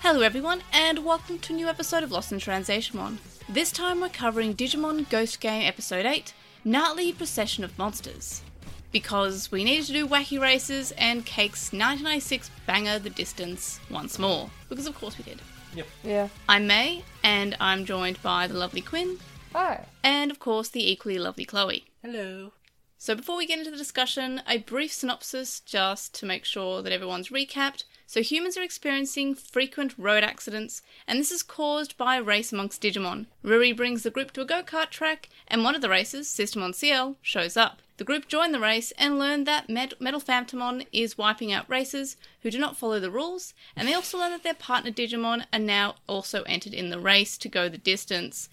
Hello, everyone, and welcome to a new episode of Lost in Translation. This time we're covering Digimon Ghost Game Episode 8 Gnarly Procession of Monsters. Because we needed to do Wacky Races and Cake's 1996 Banger the Distance once more. Because, of course, we did. Yeah. I'm May, and I'm joined by the lovely Quinn, Hi. and, of course, the equally lovely Chloe. Hello. So, before we get into the discussion, a brief synopsis just to make sure that everyone's recapped. So, humans are experiencing frequent road accidents, and this is caused by a race amongst Digimon. Ruri brings the group to a go kart track, and one of the racers, Systemon CL, shows up. The group join the race and learn that Med- Metal Phantomon is wiping out racers who do not follow the rules, and they also learn that their partner Digimon are now also entered in the race to go the distance.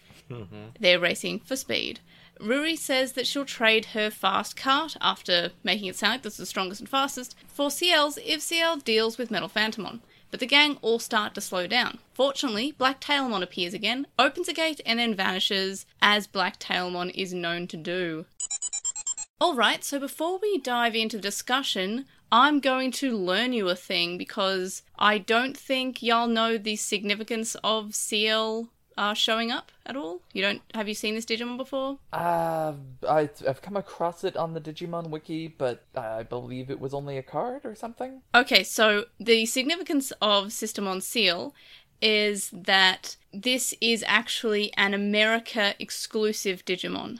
They're racing for speed. Ruri says that she'll trade her fast cart, after making it sound like this is the strongest and fastest, for CL's if CL deals with Metal Phantomon. But the gang all start to slow down. Fortunately, Black Tailmon appears again, opens a gate, and then vanishes, as Black Tailmon is known to do. Alright, so before we dive into the discussion, I'm going to learn you a thing because I don't think y'all know the significance of CL uh, showing up at all. You don't have you seen this Digimon before? Uh, I, I've come across it on the Digimon Wiki, but I believe it was only a card or something. Okay, so the significance of System on Seal is that this is actually an America exclusive Digimon.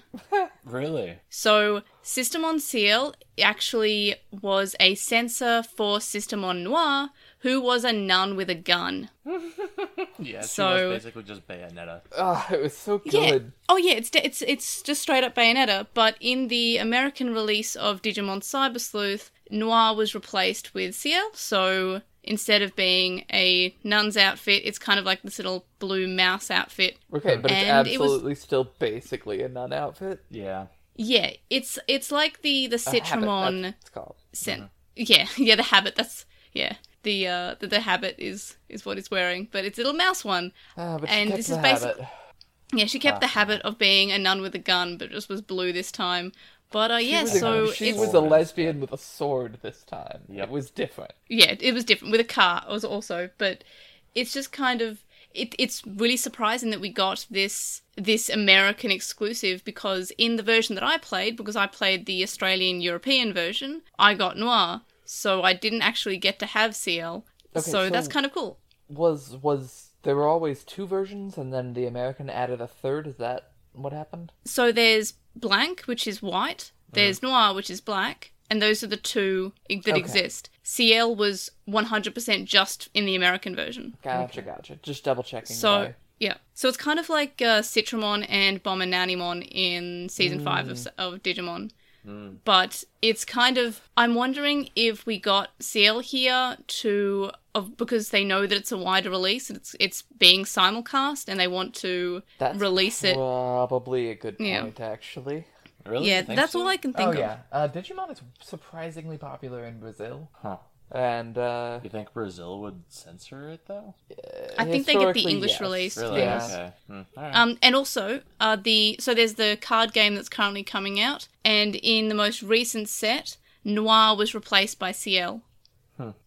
Really? So System on Seal actually was a censor for System on Noir, who was a nun with a gun. Yeah, she So- was basically just Bayonetta. Ah, it was so Yeah. good. Oh yeah, it's de- it's it's just straight up Bayonetta, but in the American release of Digimon Cyber Sleuth, Noir was replaced with CL. So instead of being a nun's outfit, it's kind of like this little blue mouse outfit. Okay, but it's And it was- absolutely still basically a nun outfit. Yeah. Yeah, it's it's like the the A habit, uh-huh. Citramon that's what It's called. scent. Yeah, yeah, the habit. That's yeah. The uh the, the habit is is what it's wearing, but it's a little mouse one. Ah, but And and this this is is basic- habit. Yeah, she kept the Ah. habit of being a nun with a gun, but just was blue this time. But uh, yeah, was a- so she it's was a lesbian with a sword this time. Yep. It was different. yeah, it was different with a car. It was also, but it's just kind of it. It's really surprising that we got this this American exclusive because in the version that I played, because I played the Australian European version, I got Noir, so I didn't actually get to have CL. so, Okay, so- that's kind of cool. Was was there were always two versions, and then the American added a third? Is that what happened? So there's blank, which is white. There's Uh-huh. noir, which is black, and those are the two that exist. CL was 100% just in the American version. Gotcha, gotcha. Just double checking. So why. yeah, so it's kind of like uh, Citramon and Bominanimon in season five Hmm. of, of Digimon, but it's kind of. I'm wondering if we got Seal here to of because they know that it's a wider release and it's it's being simulcast and they want to That's release it. Probably a good Yeah. point, actually. Really? Yeah, You think that's so? all I can think oh of. yeah, uh, Digimon is surprisingly popular in Brazil, Huh. and uh, You think Brazil would censor it though? I think they get the historically, English yes. release. Really? Yeah. Okay. Hmm. All right. Um, and also, uh, the so there's the card game that's currently coming out, and in the most recent set, Noir was replaced by CL.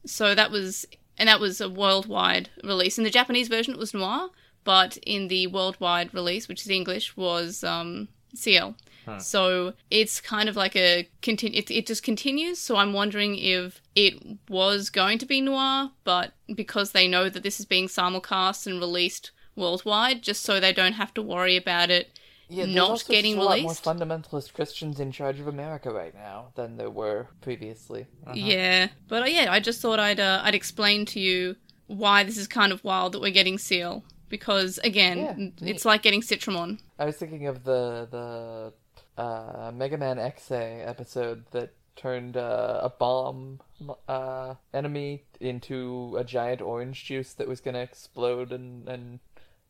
So that was and that was a worldwide release. In the Japanese version, it was Noir, but in the worldwide release, which is English, was um, CL. So it's kind of like a continue. It, it just continues. So I'm wondering if it was going to be noir, but because they know that this is being simulcast and released worldwide, just so they don't have to worry about it Yeah, there's not also getting just a released. Lot more fundamentalist Christians in charge of America right now than there were previously. Yeah, but uh, yeah, I just thought I'd uh, I'd explain to you why this is kind of wild that we're getting seal because again, Yeah, n- neat. it's like getting Citramon. I was thinking of the the uh, Mega Man XA episode that turned uh, a bomb uh, enemy into a giant orange juice that was going to explode and and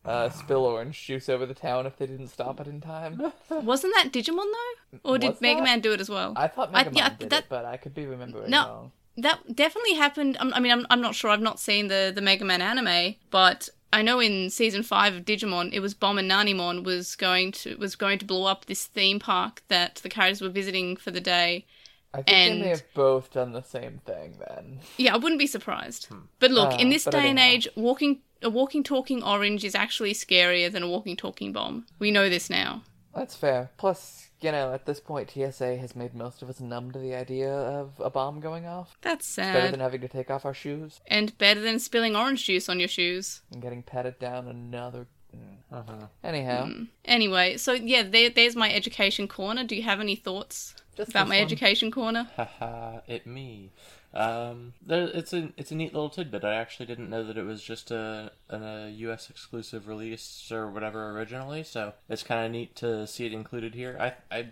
uh, spill orange juice over the town if they didn't stop it in time. Wasn't that Digimon though, or did Was Mega that? Man do it as well? I thought I- Mega yeah, Man did that- it, but I could be remembering No. wrong. that definitely happened. I'm- I mean, I'm, I'm not sure. I've not seen the, the Mega Man anime, but I know in season five of Digimon, it was Bomb and Nanimon was going to was going to blow up this theme park that the characters were visiting for the day, I think And- they may have both done the same thing then. Yeah, I wouldn't be surprised. But look, Ah, in this but I day and don't know. age, walking a walking talking orange is actually scarier than a walking talking bomb. We know this now. That's fair. Plus, you know, at this point, TSA has made most of us numb to the idea of a bomb going off. That's Better sad. than having to take off our shoes and better than spilling orange juice on your shoes. and getting patted down another. Mm. Uh, Uh-huh. Anyhow, Mm. Anyway, so yeah, there, there's my education corner. Do you have any thoughts Just about this my one. education corner? Haha, it me. Um, there, it's a it's a neat little tidbit. I actually didn't know that it was just a, an a U.S. exclusive release or whatever originally. So it's kind of neat to see it included here. I I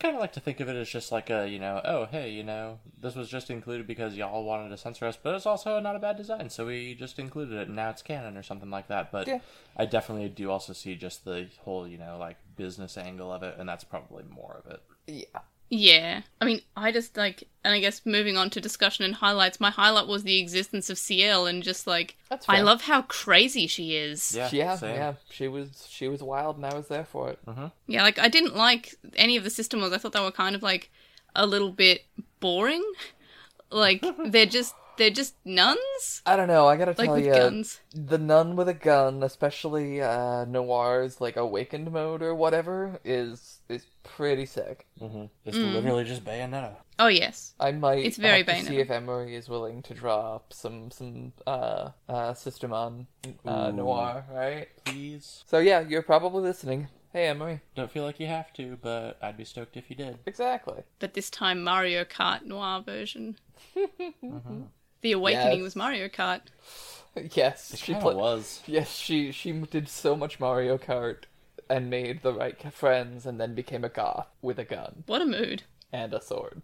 kind of like to think of it as just like a you know oh hey you know this was just included because y'all wanted to censor us, but it's also not a bad design, so we just included it and now it's canon or something like that. But Yeah. I definitely do also see just the whole you know like business angle of it, and that's probably more of it. yeah. Yeah. I mean, I just like, and I guess moving on to discussion and highlights, my highlight was the existence of CL and just like, That's I fair. love how crazy she is. Yeah, Yeah, same. yeah. She was she was wild, and I was there for it. Yeah, like, I didn't like any of the system ones. I thought they were kind of like a little bit boring. Like, they're just, they're just nuns? I don't know. I gotta Like, tell with you, guns. the nun with a gun, especially uh, Noir's like awakened mode or whatever, is is pretty sick. Mm-hmm. It's Mm. literally just Bayonetta. Oh, yes. I might It's very have to Bayonetta. see if Emery is willing to draw up some some uh, uh, system on uh, Ooh. Noir, right? Please. So yeah, you're probably listening. Hey, Emery. Don't feel like you have to, but I'd be stoked if you did. Exactly. But this time, Mario Kart Noir version. The Awakening Mm-hmm. Yes. was Mario Kart. Yes, she Kinda pla- was. Yes, she she did so much Mario Kart and made the right friends, and then became a goth with a gun What a mood. and a sword.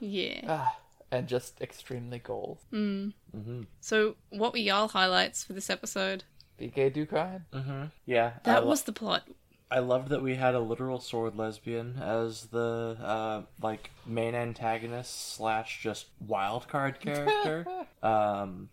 Yeah. Ah, and just extremely gold. So, what were y'all highlights for this episode? BK do crime. Yeah. I Uh, That lo- was the plot. I loved that we had a literal sword lesbian as the uh, like main antagonist slash just wild card character. um,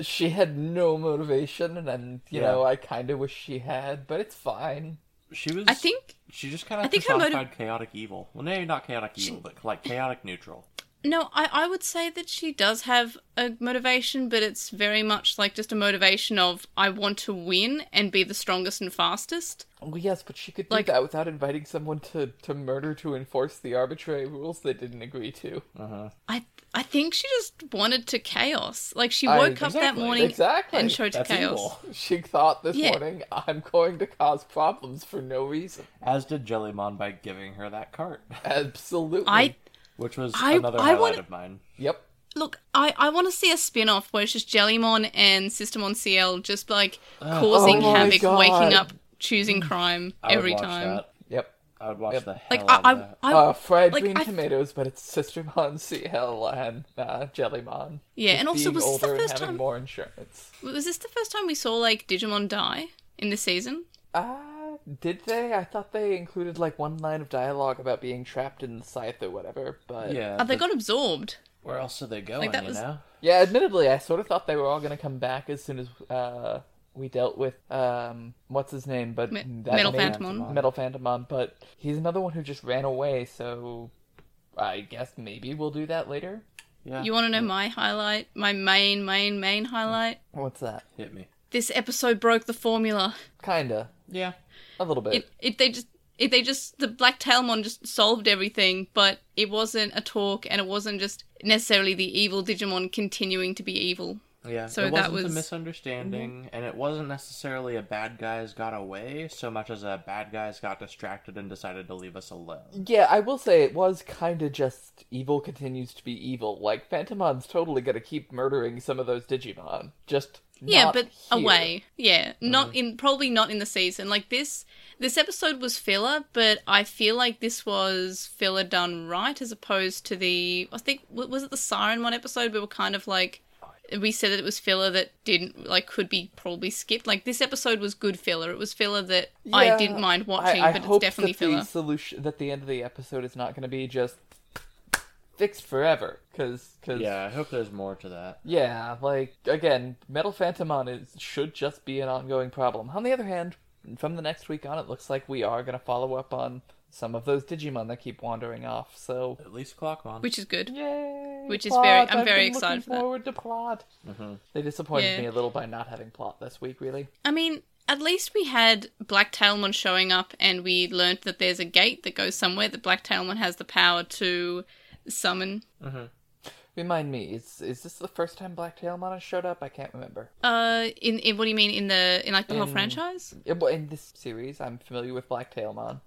She had no motivation, and then you Yeah. know I kind of wish she had, but it's fine. she was. I think she just kind of think her motiv- personified chaotic evil. Well, maybe not chaotic evil, but like chaotic neutral. no, I I would say that she does have a motivation, but it's very much like just a motivation of I want to win and be the strongest and fastest. Well, yes, but she could do Like- that without inviting someone to, to murder to enforce the arbitrary rules they didn't agree to. I I think she just wanted to chaos. Like she I- woke up that exactly, morning Oh, Exactly. and showed to That's chaos. evil. She thought this Yeah. morning, I'm going to cause problems for no reason. As did Jellymon by giving her that cart, Absolutely. I which was I- another I highlight wanna- of mine. Yep. Look, I, I want to see a spin off where it's just Jellymon and Systemon CL just like causing Oh my havoc, God. waking up, choosing crime I would every watch time. that. Yep. I would watch Yep. the hell Like out I, of that. I, I Uh, fried like, green I- tomatoes, but it's Sister Mon CL and uh, Jellymon. Yeah, and also Being was this older the and first having time? more insurance. Was this the first time we saw like Digimon die in this season? Uh, did they? I thought they included like one line of dialogue about being trapped in the scythe or whatever, but yeah. Oh, they but got absorbed. where else are they going? that you was- know. Yeah, admittedly, I sort of thought they were all going to come back as soon as uh, we dealt with um, what's his name, but Me- that Metal name- Phantomon. Metal Phantomon. But he's another one who just ran away, so I guess maybe we'll do that later. Yeah. You want to know my highlight? My main, main, main highlight? What's that? hit me? This episode broke the formula. Kinda, Yeah. a little bit. It, it they just. It, they just the black tailmon just solved everything but it wasn't a talk and it wasn't just necessarily the evil digimon continuing to be evil Yeah, So it that wasn't a was- Mm-hmm. misunderstanding, and it wasn't necessarily a bad guy's got away so much as a bad guy's got distracted and decided to leave us alone. Yeah, I will say it was kind of just evil continues to be evil. Like Phantomon's totally gonna keep murdering some of those Digimon. Just yeah not but here. Mm. away yeah not in probably not in the season like this this episode was filler but i feel like this was filler done right as opposed to the i think w- was it the siren one episode we were kind of like we said that it was filler that didn't like could be probably skipped like this episode was good filler it was filler that i Yeah, didn't mind watching I, I but it's hope definitely that the filler solution that the end of the episode is not gonna be just fixed forever. Because Yeah, I hope there's more to that. yeah, like again, Metal Phantomon is should just be an ongoing problem. On the other hand, from the next week on, it looks like we are gonna follow up on some of those Digimon that keep wandering off. So At least Clockmon. which is good. yay, Which is very- plot, I'm I've very been excited looking for that. Forward to plot. hmm They disappointed Yeah. me a little by not having plot this week, really. I mean, at least we had Black Tailmon showing up and we learnt that there's a gate that goes somewhere that Black Tailmon has the power to summon. Remind me, is is this the first time Black Tailmon has showed up? I can't remember. Uh, in, in what do you mean in the in like the whole In- franchise? Yeah, but in this series, I'm familiar with Black Tailmon.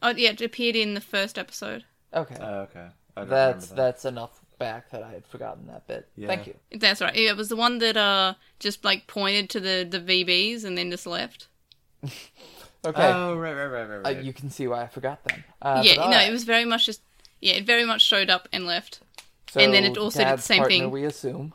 Oh yeah, it appeared in the first episode. Okay, Oh, okay. I don't that's remember that's enough back that I had forgotten that bit. Yeah. Thank you. That's right. Yeah, It was the one that uh just like pointed to the the VBs and then just left. Okay, that. Oh, right, right, right, right, uh, right. you can see why I forgot then. Uh, Um, yeah, but all no, right. it was very much just yeah, it very much showed up and left. So and then it also did the Dad's same partner, thing. We assume.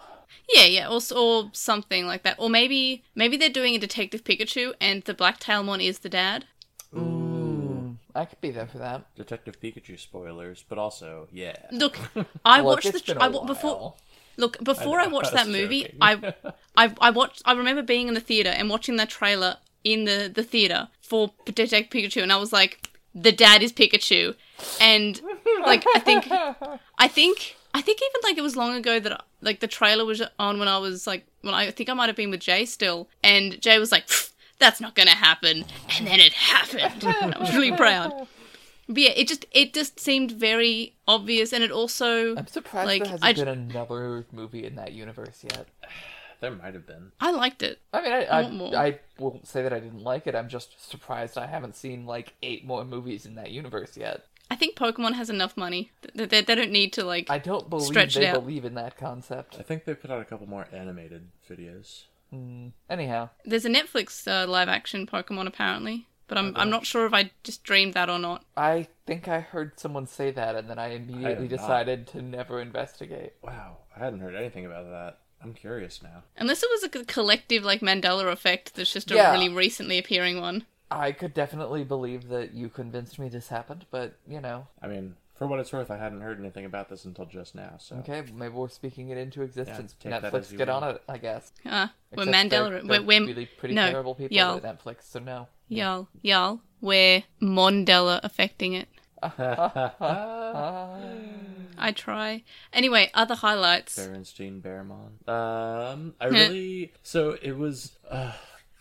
Yeah, yeah, or, s- or something like that. Or maybe maybe they're doing a Detective Pikachu and the Black Tailmon is the dad. Ooh, Hmm, I could be there for that. Detective Pikachu spoilers, but also, yeah. Look, I Look, watched the it's been tr- a I wa- before while. Look, before know, I, watched I was that movie, joking. I, I, I watched. I remember being in the theater and watching that trailer in the the theater for Detective Pikachu, and I was like, "The dad is Pikachu," and like I think, I think, I think even like it was long ago that like the trailer was on when I was like when I think I might have been with Jay still, and Jay was like, "Pfft, "That's not gonna happen," and then it happened. I was really proud. But yeah, it just it just seemed very obvious, and it also I'm surprised Like, there hasn't I j- been another movie in that universe yet. There might have been. I liked it. I mean, I want I, more. I, I won't say that I didn't like it. I'm just surprised I haven't seen like eight more movies in that universe yet. I think Pokemon has enough money that they, they don't need to like. I don't believe Stretch it they out. believe in that concept. I think they put out a couple more animated videos. Anyhow, There's a Netflix uh, live action Pokemon apparently, but I'm I'm not sure if I just dreamed that or not. I think I heard someone say that, and then I I immediately have not. decided to never investigate. Wow, I hadn't heard anything about that. I'm curious now. Unless it was like, a collective like Mandela effect that's just a Yeah. really recently appearing one. I could definitely believe that you convinced me this happened, but you know, I mean, for what it's worth, I hadn't heard anything about this until just now. So okay, maybe we're speaking it into existence. take that as Netflix, you get on will. it, I guess. Uh, we're Except they're- Mandela. they're we're we're really pretty no, terrible people y'all, at Netflix, so no. y'all, y'all. We're Mandela affecting it. Uh, I try. Anyway, other highlights. Berenstein Bearmon. Um, I really. so it was. Uh,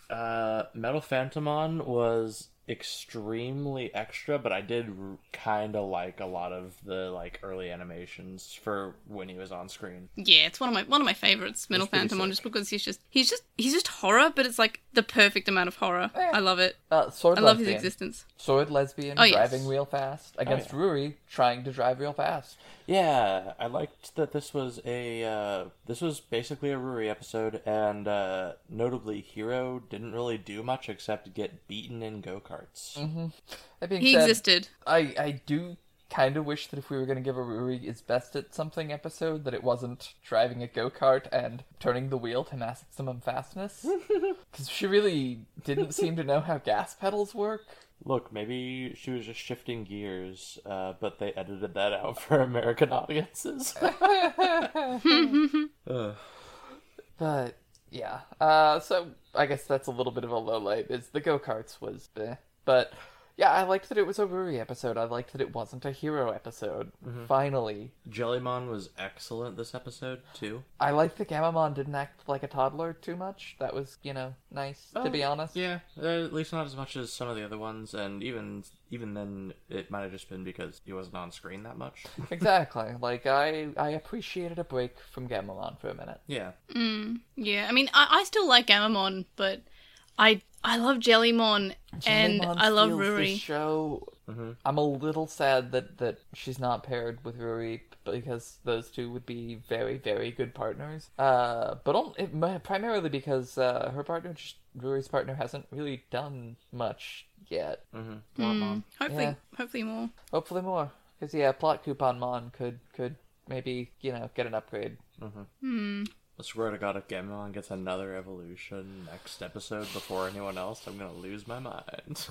uh, Metal Phantomon was extremely extra, but I did r- kind of like a lot of the like early animations for when he was on screen. Yeah, it's one of my one of my favorites, Metal pretty Phantom, sick. just because he's just he's just he's just horror, but it's like the perfect amount of horror. I love it. Uh, sword I love his lesbian. existence. Sword lesbian Oh, yes. driving real fast against yeah. Ruri trying to drive real fast. Yeah, I liked that this was a uh, this was basically a Ruri episode, and uh, notably, Hero didn't really do much except get beaten in go karts. That being He said, existed. I I do kind of wish that if we were going to give a Ruri is best at something episode, that it wasn't driving a go kart and turning the wheel to maximum fastness, because she really didn't seem to know how gas pedals work. Look, maybe she was just shifting gears, uh, but they edited that out for American audiences. Ugh. But yeah, uh, so I guess that's a little bit of a low light. Is the go karts was, eh. but yeah, I liked that it was a Ruri episode. I liked that it wasn't a hero episode. Finally, Jellymon was excellent this episode too. I liked that Gamamon didn't act like a toddler too much. That was you know nice to be honest. Yeah, uh, at least not as much as some of the other ones, and even even then, it might have just been because he wasn't on screen that much. exactly. Like I, I appreciated a break from Gamamon for a minute. yeah, Yeah, I mean, I, I still like Gamamon, but I I love Jellymon, and Jellymon I love steals This Ruri. show. I'm a little sad that that she's not paired with Ruri because those two would be very very good partners. Uh, but on, it, mi- primarily because uh, her partner, just, Ruri's partner, hasn't really done much yet. hopefully, yeah. hopefully more. Hopefully more, because yeah, plot coupon mon could could maybe you know get an upgrade. I swear to God, if Gamon gets another evolution next episode before anyone else, I'm gonna lose my mind.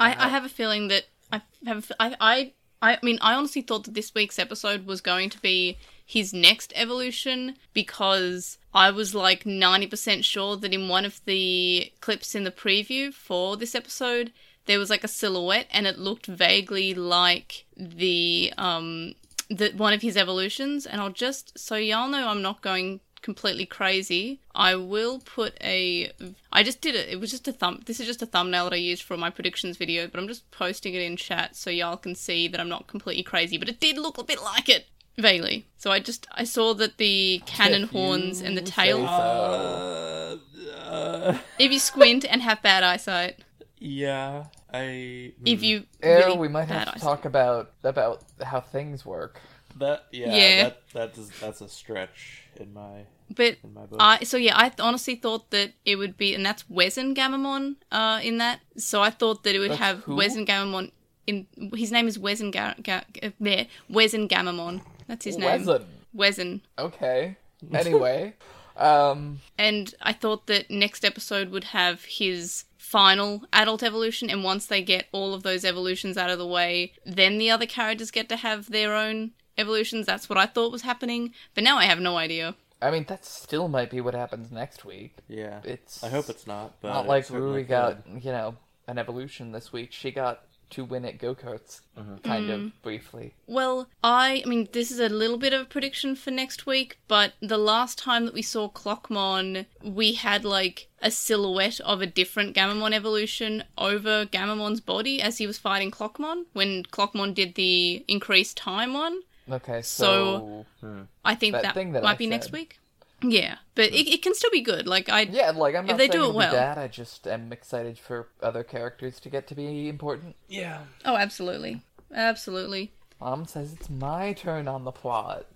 I, I have a feeling that I have. a f- I I I mean, I honestly thought that this week's episode was going to be his next evolution because I was like ninety percent sure that in one of the clips in the preview for this episode, there was like a silhouette and it looked vaguely like the um the one of his evolutions and I'll just so y'all know I'm not going completely crazy. I will put a I just did it. It was just a thumb this is just a thumbnail that I used for my predictions video, but I'm just posting it in chat so y'all can see that I'm not completely crazy, but it did look a bit like it. Vaguely. So I just I saw that the cannon horns and the tail Uh, uh, if you squint and have bad eyesight. yeah, I. hmm, If you Air, really we might bad have to eyesight. talk about about how things work. that yeah, Yeah. That, that is that's a stretch in my But in my book. I so yeah, I th- honestly thought that it would be, and that's Wes and Gamamon uh, in that. So I thought that it would That's have who? Wes and Gamamon in. His name is Wes and Ga- Ga- uh, there. Wes and Gamamon. That's his name. Wasn't Wesen. okay. Anyway, um, And I thought that next episode would have his final adult evolution, and once they get all of those evolutions out of the way, then the other characters get to have their own evolutions. That's what I thought was happening, but now I have no idea. I mean that still might be what happens next week. yeah, It's I hope it's not. But not it like certainly Rui could. got you know an evolution this week. She got to win at go karts, Mm-hmm. kind Mm. of briefly. Well, I, I mean, this is a little bit of a prediction for next week, but the last time that we saw Clockmon, we had like a silhouette of a different Gamamon evolution over Gamamon's body as he was fighting Clockmon when Clockmon did the increased time one. Okay, so, So- I think That that, thing that might I be next said. week. Yeah, but it, it can still be good. Like I, yeah, like I'm not they saying do it it'll be well. bad. I just am excited for other characters to get to be important. Yeah, oh, absolutely, absolutely. Mom says it's my turn on the plot.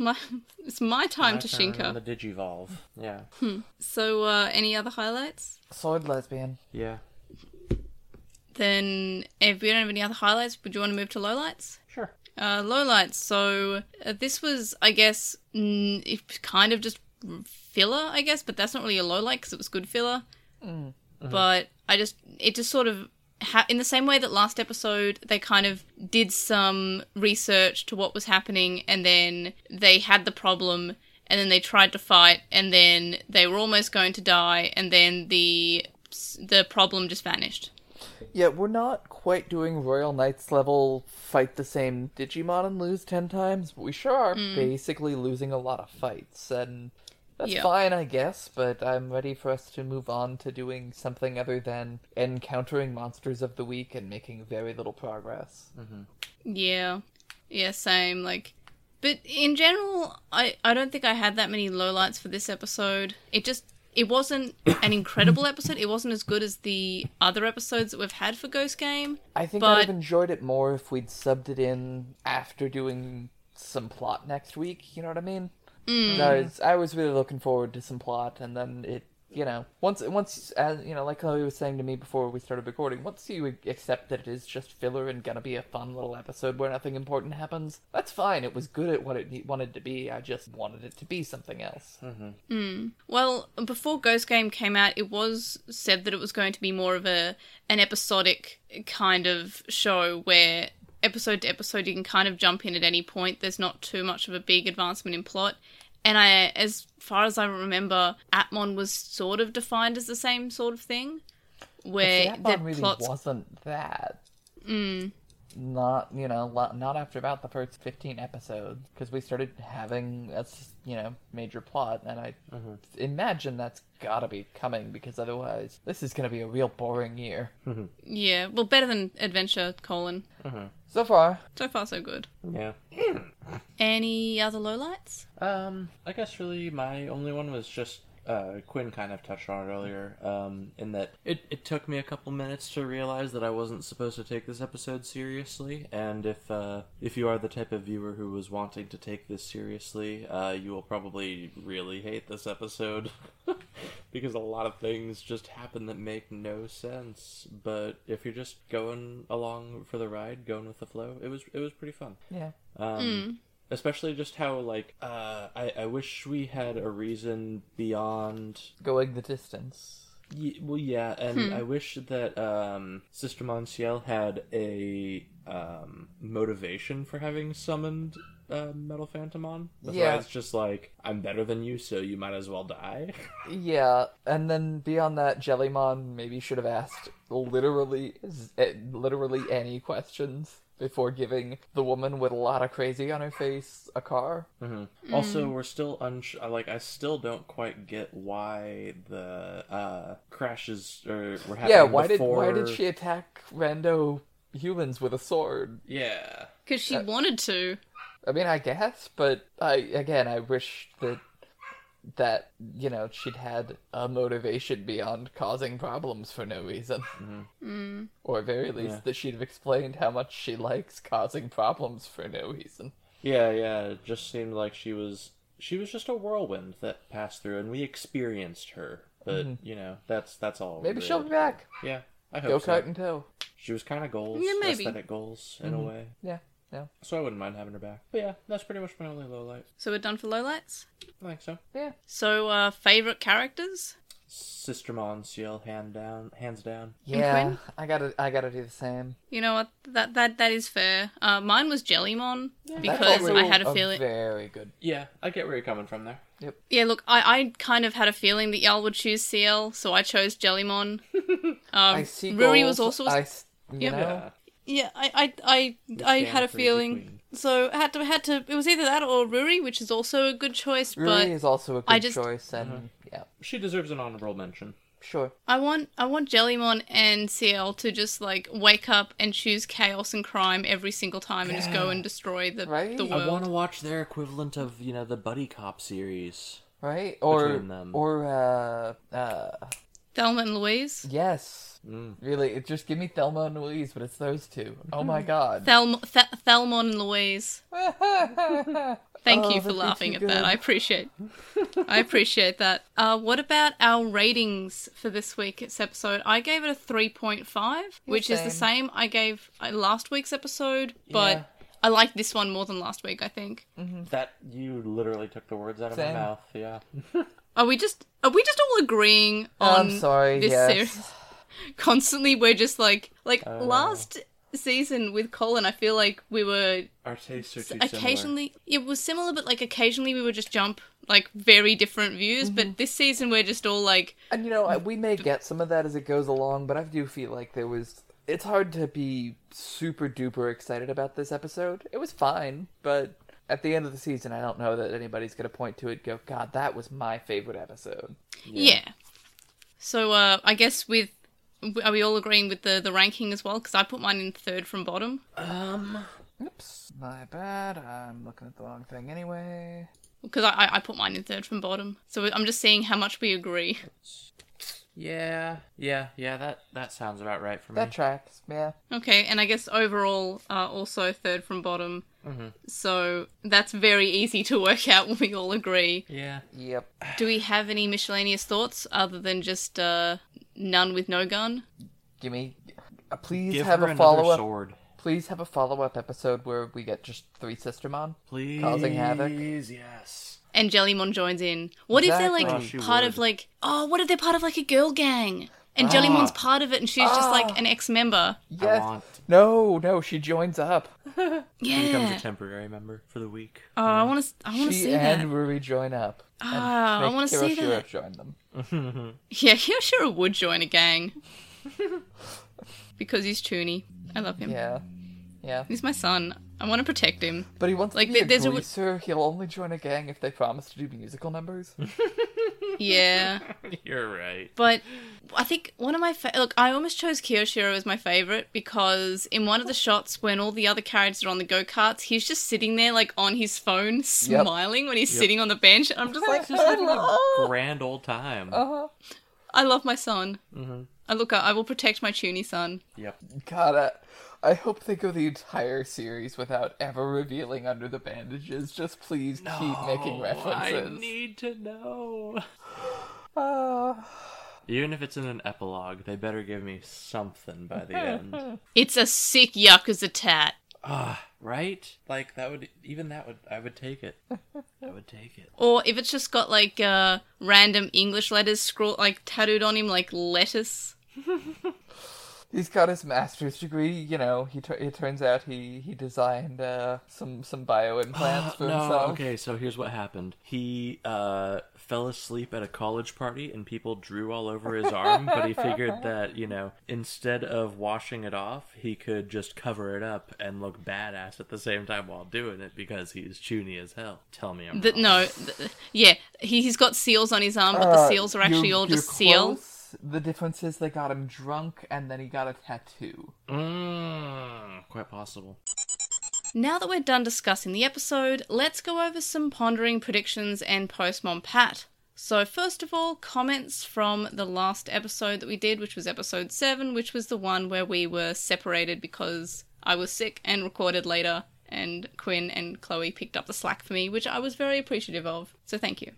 My, it's my time I to turn on the Shinka. Digivolve. Yeah, So, uh, any other highlights? Sword lesbian. yeah, Then, if we don't have any other highlights, would you want to move to lowlights? sure. Uh, lowlights. So uh, this was, I guess, mm, it kind of just filler, I guess, but that's not really a lowlight because it was good filler. But I just, it just sort of. Ha- in the same way that last episode they kind of did some research to what was happening and then they had the problem and then they tried to fight and then they were almost going to die and then the the problem just vanished Yeah, we're not quite doing Royal Knights level fight the same Digimon and lose ten times, but we sure are basically losing a lot of fights, and that's Yeah. fine, I guess. But I'm ready for us to move on to doing something other than encountering monsters of the week and making very little progress. Yeah. Yeah, same. Like but in general, I, I don't think I had that many lowlights for this episode. It just it wasn't an incredible episode. It wasn't as good as the other episodes that we've had for Ghost Game. I think I'd But- have enjoyed it more if we'd subbed it in after doing some plot next week. You know what I mean? Mm. I was I was really looking forward to some plot, and then it you know once once as you know like Chloe was saying to me before we started recording, once you accept that it is just filler and gonna be a fun little episode where nothing important happens, that's fine. It was good at what it ne- wanted to be. I just wanted it to be something else. Well, before Ghost Game came out, it was said that it was going to be more of a an episodic kind of show where episode to episode you can kind of jump in at any point. There's not too much of a big advancement in plot. And I as far as I remember, Atmon was sort of defined as the same sort of thing where But the Snap-on really plots wasn't that. Mm. Not you know lo- not after about the first fifteen episodes because we started having a s- you know major plot and I imagine that's gotta be coming because otherwise this is gonna be a real boring year. yeah, well better than Adventure colon. So far, So far so good. Yeah. Any other lowlights? Um, I guess really my only one was just uh, Quinn kind of touched on it earlier. Um, in that it, it took me a couple minutes to realize that I wasn't supposed to take this episode seriously. And if uh, if you are the type of viewer who was wanting to take this seriously, uh, you will probably really hate this episode because a lot of things just happen that make no sense. But if you're just going along for the ride, going with the flow, it was it was pretty fun yeah. Mm. um, especially just how like uh, I, I wish we had a reason beyond Going the distance. y- well yeah Hmm. and i wish that um, sister Monsiel had a um, motivation for having summoned uh, Metal Phantom on? That's Yeah. why it's just like I'm better than you, so you might as well die. Yeah, and then beyond that, Jellymon maybe should have asked literally, z- eh, literally any questions before giving the woman with a lot of crazy on her face a car. Mm-hmm. Mm. Also, we're still unsure. Like, I still don't quite get why the uh, crashes are were happening yeah, why before. did why did she attack rando humans with a sword? Yeah, Because Uh, she wanted to. I mean, I guess, but I again, I wish that that you know she'd had a motivation beyond causing problems for no reason. Mm. Or at very least Mm-hmm. Yeah. that she'd have explained how much she likes causing problems for no reason. yeah, yeah. It just seemed like she was she was just a whirlwind that passed through, and we experienced her. But you know, that's that's all. we Mm-hmm. Maybe really- she'll be back. Yeah, I Go Oh, hope kart so. and tow. She was kind of goals, Yeah, maybe. aesthetic goals in a Mm-hmm. way. Yeah, no, So I wouldn't mind having her back. But yeah, that's pretty much my only low light. So we're done for lowlights. I think so. yeah. So, uh, favourite characters? Sister Mon Ciel, hand down, hands down. Yeah, Quinn? I gotta, I gotta do the same. You know what? That that that is fair. Uh, mine was Jellymon That's because also I had a feeling. Very good. Yeah, I get where you're coming from there. Yeah, look, I, I kind of had a feeling that y'all would choose CL, so I chose Jellymon. Um, I see. Ruri goals, was also. I, s- you Yeah. know, Yeah. Yeah, I I I, I stand had a for the feeling. queen. So had to had to. It was either that or Ruri, which is also a good choice. Ruri but is also a good I just- choice, and Mm-hmm. yeah, She deserves an honorable mention. sure. I want I want Jellymon and CL to just like wake up and choose chaos and crime every single time and just go and destroy the Right? the I world. I want to watch their equivalent of, you know, the Buddy Cop series. Right? Or Between them. or uh uh Thelma and Louise. yes. Mm. Really, it just give me Thelma and Louise, but it's those two. Oh my Mm. god. Thelma, Th- Thelmon and Louise. Thank Oh, you that for makes laughing you at that. good. I appreciate. I appreciate that. Uh, what about our ratings for this week's episode? I gave it a three point five, which is the same I gave uh, last week's episode, but Yeah. I like this one more than last week. I think. That you literally took the words out of Mm. Same. my mouth. Yeah. Are we just are we just all agreeing on? Oh, I'm sorry, this yes. Oh, series. Constantly, we're just like like last season with Colin. I feel like we were Our tastes are too occasionally it was similar but like occasionally we would just jump like very different views but this season we're just all like And you know, I- we may get some of that as it goes along, but I do feel like there was it's hard to be super duper excited about this episode. It was fine, but at the end of the season, I don't know that anybody's going to point to it and go, "God, that was my favorite episode." yeah, so uh i guess with are we all agreeing with the the ranking as well because i put mine in third from bottom Um, Oops, my bad. I'm looking at the wrong thing anyway. because I, I i put mine in third from bottom so i'm just seeing how much we agree yeah, yeah, yeah, that, that sounds about right for me. That tracks. Yeah. okay and i guess overall uh also third from bottom so that's very easy to work out when we all agree yeah. Yep. do we have any miscellaneous thoughts other than just uh none with no gun Give me. uh, Please Give have her a another follow up. sword. Please have a follow up episode where we get just three Sistermon. Please. Causing havoc. yes. and Jellymon joins in. What if they're Exactly. like Oh, she part would. of like oh, what if they're part of like a girl gang? And Jellymon's part of it, and she's just like an ex-member. Yes. want- No, no, she joins up. Yeah. Eh. Becomes a temporary member for the week. oh, I want to. I want to she see and that. Ruri join up. And Ah, I make wanna see Kiroshiro that. join them. Yeah, Hyoshiro would join a gang because he's Toonie. I love him. Yeah. Yeah. He's my son. I want to protect him. But he wants Like, to be th- there's a a w- greaser. He'll only join a gang if they promise to do musical numbers. Yeah, You're right. but I think one of my fa- look. I almost chose Kyoshiro as my favorite because in one of the shots when all the other characters are on the go karts, he's just sitting there like on his phone, smiling when he's sitting on the bench. I'm just like, Just having a Oh. grand old time. uh-huh. I love my son. Mm-hmm. I look, I I will protect my Chuny son. Yep. God, I, I hope they go the entire series without ever revealing under the bandages. Just please keep making references. I need to know. Ah. Even if it's in an epilogue, they better give me something by the end. It's a sick yakuza tat. Ah, right? Like that would even that would I would take it. I would take it. Or if it's just got like uh, random English letters scroll like tattooed on him, like lettuce. He's got his master's degree. You know, he tur it turns out he he designed uh, some some bio implants for Ah, no, himself. okay, so here's what happened. He uh, fell asleep at a college party and people drew all over his arm, but he figured that, you know, instead of washing it off, he could just cover it up and look badass at the same time while doing it because he's chuny as hell. Tell me I'm The, wrong. no, th yeah, he, he's got seals on his arm, but the Uh, seals are actually you're- all you're just seal. close. The difference is they got him drunk and then he got a tattoo. Mm, quite possible. Now that we're done discussing the episode, let's go over some pondering predictions and postmom pat. So first of all, comments from the last episode that we did, which was episode seven, which was the one where we were separated because I was sick and recorded later, and Quinn and Chloe picked up the slack for me, which I was very appreciative of. So thank you.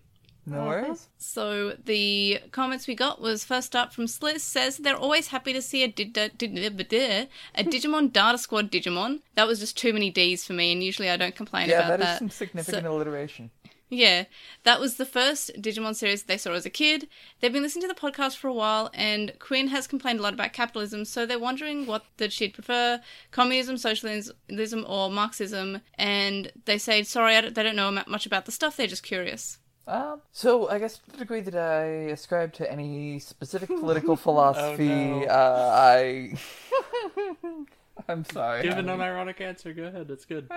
No worries. So the comments we got was first up from Sliz says they're always happy to see a, did- da- did- da- ba- da- a Digimon Data Squad Digimon. That was just too many D's for me, and usually I don't complain Yeah, about that is that. some significant alliteration. Yeah, that was the first Digimon series they saw as a kid. They've been listening to the podcast for a while, and Quinn has complained a lot about capitalism, so they're wondering what that she'd prefer communism, socialism, or Marxism. And they say, sorry, I don't, they don't know mu- much about the stuff, they're just curious. Um, so I guess to the degree that I ascribe to any specific political philosophy, no. uh, I I'm sorry. Give I'm- an unironic answer. Go ahead. That's good.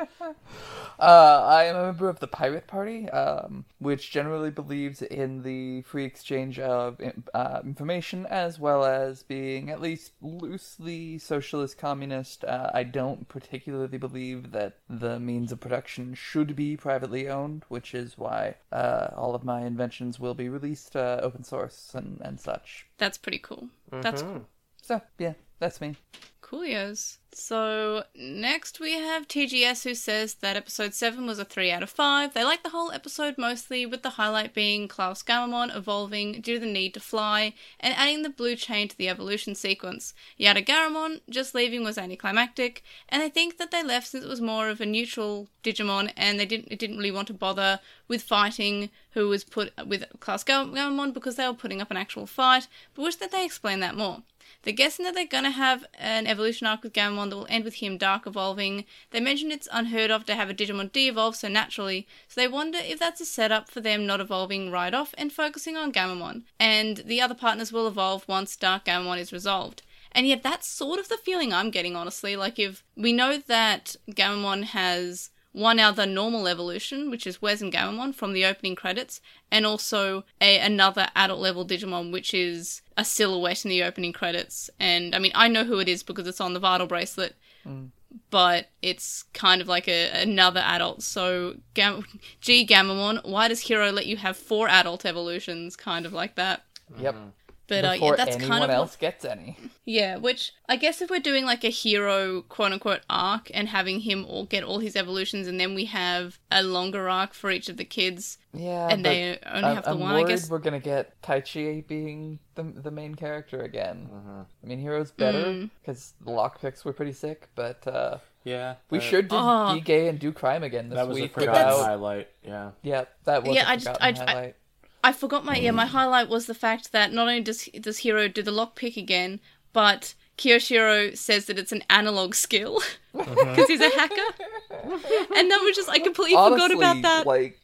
Uh, I am a member of the Pirate Party, um, which generally believes in the free exchange of uh, information as well as being at least loosely socialist communist. Uh, I don't particularly believe that the means of production should be privately owned, which is why uh, all of my inventions will be released uh, open source and, and such. That's pretty cool. That's cool. So, yeah, that's me. Coolios. So next we have TGS who says that episode 7 was a 3 out of 5. They liked the whole episode mostly, with the highlight being Klaus Gamamon evolving due to the need to fly and adding the blue chain to the evolution sequence. Yada Garamon just leaving was anticlimactic, and they think that they left since it was more of a neutral Digimon and they didn't it didn't really want to bother with fighting who was put with Klaus Gam- Gamamon because they were putting up an actual fight, but wish that they explained that more. They're guessing that they're going to have an evolution arc with Gamamon that will end with him dark evolving. They mentioned it's unheard of to have a Digimon de evolve so naturally, so they wonder if that's a setup for them not evolving right off and focusing on Gamamon. And the other partners will evolve once Dark Gamamon is resolved. And yet, that's sort of the feeling I'm getting, honestly. Like, if we know that Gamamon has one other normal evolution, which is Wes and Gamamon from the opening credits, and also a another adult level Digimon, which is a silhouette in the opening credits. And I mean, I know who it is because it's on the Vital Bracelet, Mm. but it's kind of like a, another adult. So, Gam- gee, Gamamon, why does Hero let you have four adult evolutions? Kind of like that. Yep. But uh, yeah, Before that's anyone kind of what- else gets any. yeah, which I guess if we're doing like a hero quote unquote arc and having him all get all his evolutions and then we have a longer arc for each of the kids Yeah, and but- they only I'm, have the I'm one, I worried guess. we're gonna get Tai Chi being the the main character again. Mm-hmm. I mean, Hero's Hmm. better because the lockpicks were pretty sick, but uh, Yeah. we that- should do, Oh. be gay and do crime again this That was a week. forgotten without- highlight. Yeah. yeah, that was Yeah, a I just- forgotten I- I- highlight. I forgot my yeah, my highlight was the fact that not only does does Hero do the lockpick again, but Kiyoshiro says that it's an analog skill because he's a hacker. and that was just I completely Honestly, forgot about that. like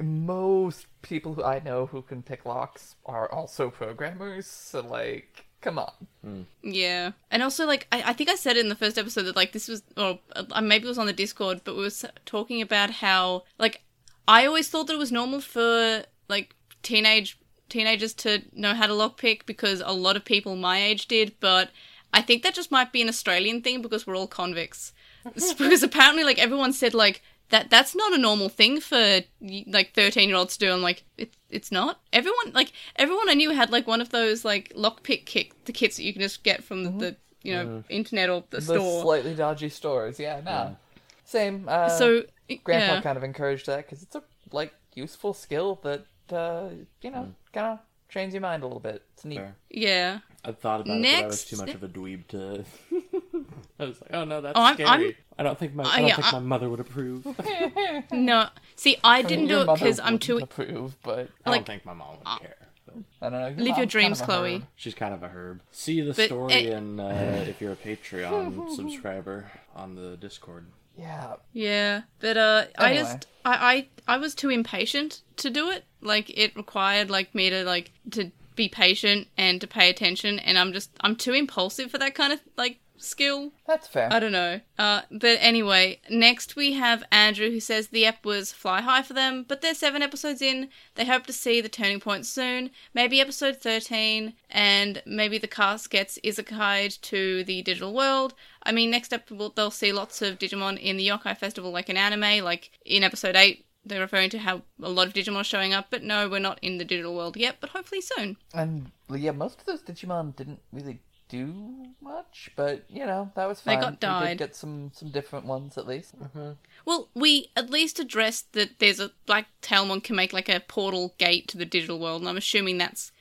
most people who I know who can pick locks are also programmers. So like, come on. Yeah, and also like I, I think I said it in the first episode that like this was or uh, maybe it was on the Discord, but we were s- talking about how like I always thought that it was normal for like teenage teenagers to know how to lockpick because a lot of people my age did, but I think that just might be an Australian thing because we're all convicts. It's because apparently like everyone said like that that's not a normal thing for y- like 13 year olds to do i'm like it, it's not everyone like everyone i knew had like one of those like lockpick kick the kits that you can just get from the, the you know internet or the, The store slightly dodgy stores. Yeah, no. Mm. Same. Uh, so y- grandpa yeah. kind of encouraged that because it's a like useful skill that uh, you know kind of trains your mind a little bit. It's neat. Fair. yeah I thought about it, but I was Next- too much of a dweeb to. I was like, oh no, that's Oh, I'm- scary. I'm- I do not think my Oh, I don't yeah, think I- my mother would approve. I no see i didn't Your do it mother because i'm wouldn't too approve, but don't Like- uh, think my mom would care. but- I don't know. Live your I'm dreams, kind of a Chloe. herb. She's kind of a herb. See the But, story uh, in uh, if you're a Patreon subscriber on the Discord. Yeah. Yeah, but uh, I Anyway. just I, I I was too impatient to do it. Like it required like me to like to be patient and to pay attention, and I'm just I'm too impulsive for that kind of like skill. That's fair. I don't know. Uh, but anyway, next we have Andrew who says the app was fly high for them, but they're seven episodes in. They hope to see the turning point soon, maybe episode 13, and maybe the cast gets Izakai'd to the digital world. I mean, next up we'll, they'll see lots of Digimon in the Yokai Festival, like in anime, like in episode 8. They're referring to how a lot of Digimon are showing up, but no, we're not in the digital world yet, but hopefully soon. And well, yeah, most of those Digimon didn't really do much, but you know that was They fine. got We dyed. did get some some different ones at least. Well, we at least addressed that there's a Black Talmon can make like a portal gate to the digital world, and I'm assuming that's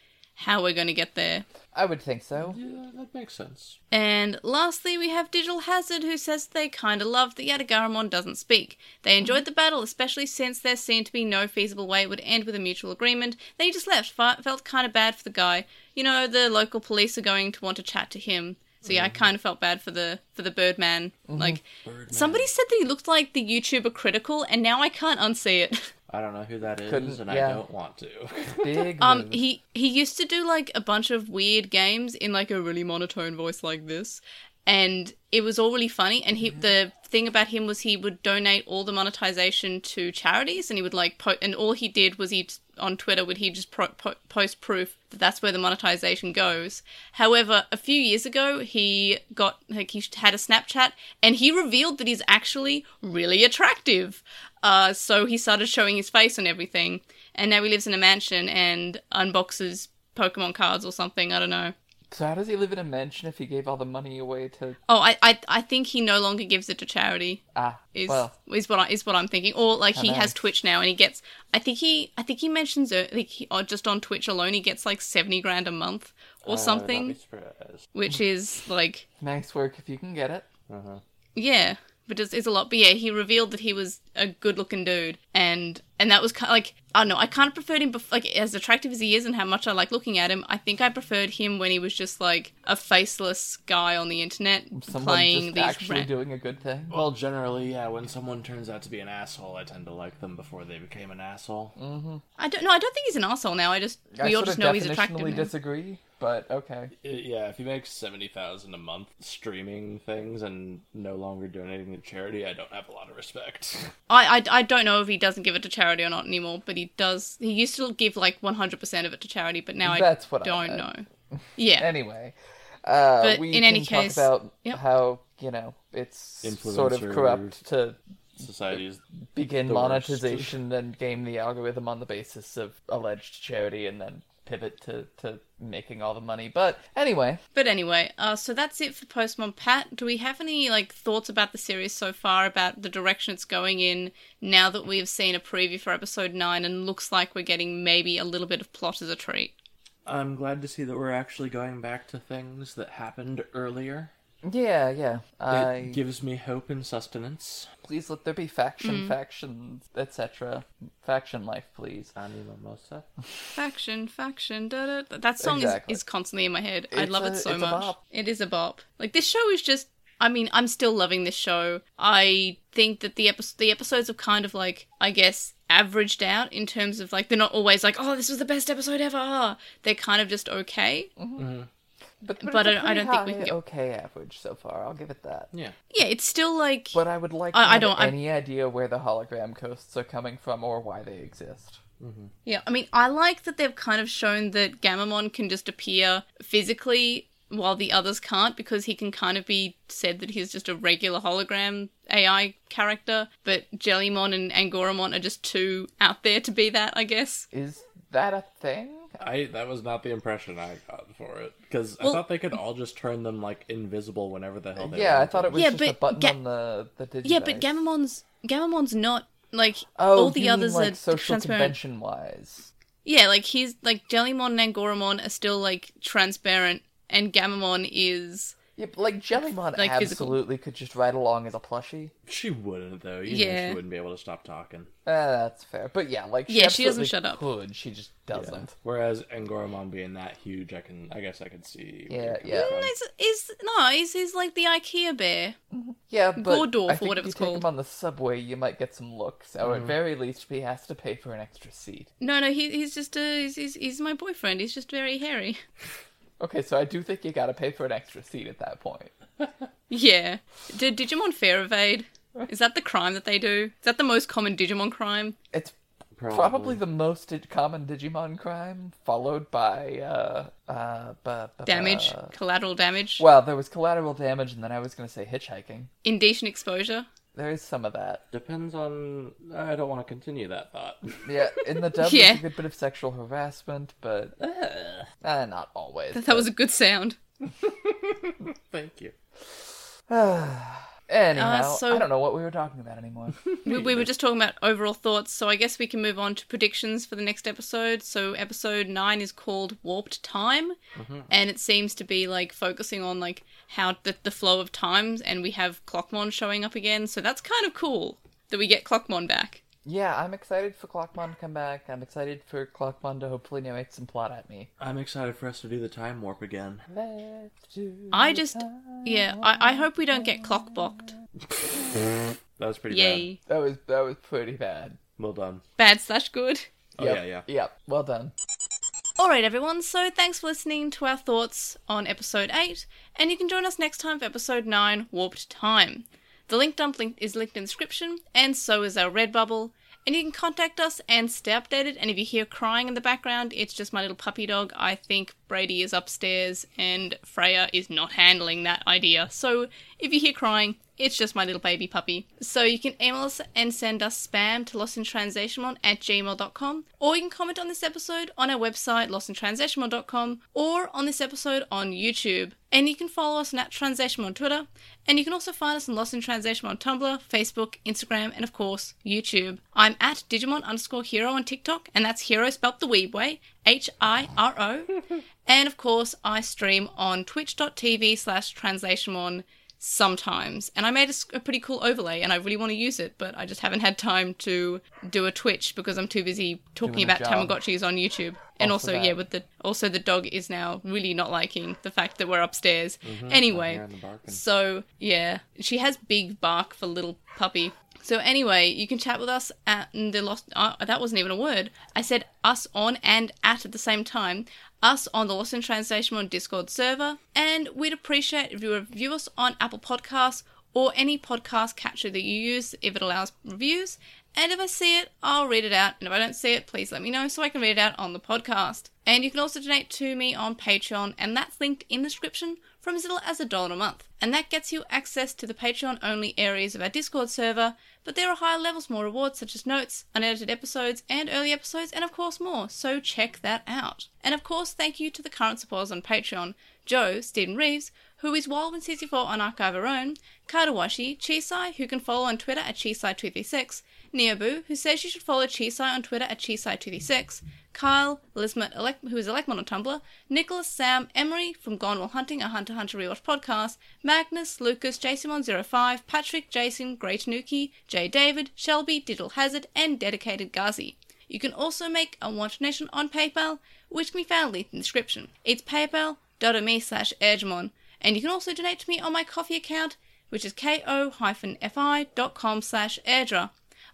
how we're going to get there. I would think so. Yeah, that makes sense. And lastly, we have Digital Hazard, who says they kind of love that Yadagaramon doesn't speak. They enjoyed the battle, especially since there seemed to be no feasible way it would end with a mutual agreement. They just left. Fe- Felt kind of bad for the guy. You know, the local police are going to want to chat to him. So yeah, I kind of felt bad for the for the Birdman. Like somebody said that he looked like the YouTuber Critical, and now I can't unsee it. I don't know who that is, Couldn't- and I yeah. don't want to. Big Um, move. he he used to do like a bunch of weird games in like a really monotone voice like this, and it was all really funny. And he the thing about him was he would donate all the monetization to charities, and he would like po- and all he did was he t- on Twitter would he just pro- po- post proof that that's where the monetization goes. However, a few years ago he got like he had a Snapchat and he revealed that he's actually really attractive. Uh, so he started showing his face on everything, and now he lives in a mansion and unboxes Pokemon cards or something. I don't know. So how does he live in a mansion if he gave all the money away to Oh, I I, I think he no longer gives it to charity. ah? Is well, is what I, is what I'm thinking. Or like he nice. has Twitch now, and he gets. I think he I think he mentions it. Like he, or just on Twitch alone, he gets like seventy grand a month or I would not something, be surprised. which is like nice work if you can get it. Uh-huh. Yeah, but it's, it's a lot. But yeah, he revealed that he was a good-looking dude, and and that was kind like I don't know. I kind of preferred him, bef- like as attractive as he is, and how much I like looking at him. I think I preferred him when he was just like a faceless guy on the internet Someone playing just these. actually Ran- doing a good thing. Well, generally, yeah. When someone turns out to be an asshole, I tend to like them before they became an asshole. I don't know. I don't think he's an asshole now. I just we I all sort just of know he's definitionally attractive. now. disagree, but okay. Uh, Yeah, if you make seventy thousand a month streaming things and no longer donating to charity, I don't have a lot of respect. I, I I don't know if he doesn't give it to charity or not anymore, but he does. He used to give like 100% of it to charity, but now That's I what I don't meant. know. Yeah. Anyway, uh, But we in any can case- talk about Yep. how you know it's sort of Influencer- corrupt to Society's begin the worst. monetization and game the algorithm on the basis of alleged charity and then pivot to, to making all the money. But anyway, But anyway, uh, so that's it for Postmon Pat. Do we have any like thoughts about the series so far, about the direction it's going in? Now that we have seen a preview for episode nine, and looks like we're getting maybe a little bit of plot as a treat. I'm glad to see that we're actually going back to things that happened earlier. yeah, yeah. I It gives me hope and sustenance. please let there be faction, Mm-hmm. factions, etc. Faction life, please. Ani Mimosa. Faction, faction, da da. da. That song Exactly. is, is constantly in my head. I It's love a- it so it's a much. bop. It is a bop. Like this show is just. I mean, I'm still loving this show. I think that the epi- the episodes have kind of like, I guess, averaged out in terms of like they're not always like, oh, this was the best episode ever. They're kind of just okay. But, but, But it's a I- I don't pretty think we high can get- okay average so far. I'll give it that. Yeah. Yeah, it's still like But I would like I- I to don't- have I'm- any idea where the hologram coasts are coming from or why they exist. Yeah, I mean, I like that they've kind of shown that Gamamon can just appear physically while the others can't because he can kind of be said that he's just a regular hologram AI character, but Jellymon and Angoramon are just too out there to be that, I guess. Is that a thing? I that was not the impression I got for it because Well- I thought they could all just turn them like invisible whenever the hell they yeah, I wanted. thought it was Yeah, just a but button ga- on the the digivice. Yeah, but Gamamon's Gamamon's not like Oh, all the you mean, others like, are social transparent. convention wise. Yeah, like he's like Jellymon and Angoramon are still like transparent, and Gamamon is Yeah, but, like Jellymon Like, physical. absolutely could just ride along as a plushie. Eh, She wouldn't though. You know Yeah. she wouldn't be able to stop talking. Uh, that's fair. But yeah, like she Yeah, she doesn't absolutely shut up. Could she just doesn't? Whereas Angoramon being that huge, I can I guess I could see. where Yeah, you're coming from. yeah. Is is no? He's he's like the IKEA bear. Yeah, but Gordorf, I or think whatever if you it's take called. him on the subway, you might get some looks, or at very least, he has to pay for an extra seat. No, no, he, he's just a he's, he's he's my boyfriend. He's just very hairy. Okay, so I do think you gotta pay for an extra seat at that point. Yeah. Did Digimon fair evade? Is that the crime that they do? Is that the most common Digimon crime? It's probably, Probably. the most di- common Digimon crime, followed by uh, uh, bu- bu- Damage, bu- collateral damage, well, there was collateral damage, and then I was gonna say hitchhiking. indecent exposure. There is some of that. Depends on. I don't want to continue that thought. Yeah, in the dub, Yeah. there's a good bit of sexual harassment, but uh, not always. That was a good sound. Thank you. Anyhow, Uh, so- I don't know what we were talking about anymore. We, we were just talking about overall thoughts, so I guess we can move on to predictions for the next episode. So episode nine is called Warped Time, and it seems to be like focusing on like how the, the flow of times, and we have Clockmon showing up again. So that's kind of cool that we get Clockmon back. yeah, I'm excited for Clockmon to come back. I'm excited for Clockmon to hopefully narrate some plot at me. I'm excited for us to do the time warp again. Let's do I just, yeah, I, I hope we don't get clockbocked. That was pretty bad. Yay, That was that was pretty bad. Well done. bad slash good. Oh Yep, yeah, yeah. Yep. Well done. All right, everyone. So thanks for listening to our thoughts on episode eight, and you can join us next time for episode nine, Warped Time. The link dump link is linked in the description, and so is our Redbubble. And you can contact us and stay updated. And if you hear crying in the background, it's just my little puppy dog. I think Brady is upstairs, and Freya is not handling that idea. So if you hear crying, it's just my little baby puppy. So you can email us and send us spam to lostintranslationmon at gmail.com, or you can comment on this episode on our website, lostintranslationmon.com, or on this episode on YouTube. And you can follow us on at Translation on Twitter, and you can also find us on Lost in Translation on Tumblr, Facebook, Instagram, and of course, YouTube. I'm at Digimon underscore hero on TikTok, and that's hero spelt the weeb way, H-I-R-O. and of course, I stream on twitch.tv slash translationmon sometimes. And I made a, s- a pretty cool overlay, and I really want to use it, but I just haven't had time to do a Twitch because I'm too busy talking Doing a about job. Tamagotchis on YouTube. And also, Also that. yeah, with the also the dog is now really not liking the fact that we're upstairs. Mm-hmm. Anyway, Here in the barking. so, yeah, she has big bark for little puppy. So anyway, you can chat with us at and the Lost. Uh, that wasn't even a word. I said us on and at at the same time. Us on the Lost in Translation on Discord server, and we'd appreciate if you review us on Apple Podcasts or any podcast catcher that you use if it allows reviews. And if I see it, I'll read it out. And if I don't see it, please let me know so I can read it out on the podcast. And you can also donate to me on Patreon, and that's linked in the description from as little as a dollar a month. And that gets you access to the Patreon only areas of our Discord server, but there are higher levels, more rewards such as notes, unedited episodes, and early episodes, and of course more, so check that out. And of course, thank you to the current supporters on Patreon Joe, Stephen Reeves, who is Walvin64 on Archive Our Own, Kadawashi, Chisai, who can follow on Twitter at Chisai236, Neobu, who says you should follow Chisai on Twitter at Chisai236, Kyle, Lismet, Elec- who is Elecmon on Tumblr, Nicholas, Sam, Emery from Gone While Hunting, a Hunter x Hunter Rewatch podcast, Magnus, Lucas, Jason105, Patrick, Jason, Great Nuki, J. David, Shelby, Diddle Hazard, and Dedicated Ghazi. You can also make a one donation on PayPal, which can be found linked in the description. It's paypal.me slash edgemon. And you can also donate to me on my coffee account, which is ko-fi.com slash airdra.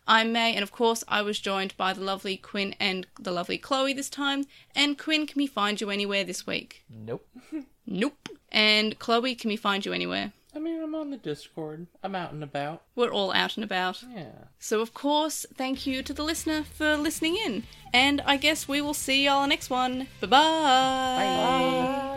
I'm May, and of course, I was joined by the lovely Quinn and the lovely Chloe this time. And Quinn, can we find you anywhere this week? Nope. Nope. And Chloe, can we find you anywhere? I mean, I'm on the Discord. I'm out and about. We're all out and about. Yeah. So, of course, thank you to the listener for listening in. And I guess we will see y'all next one. Bye-bye. Bye.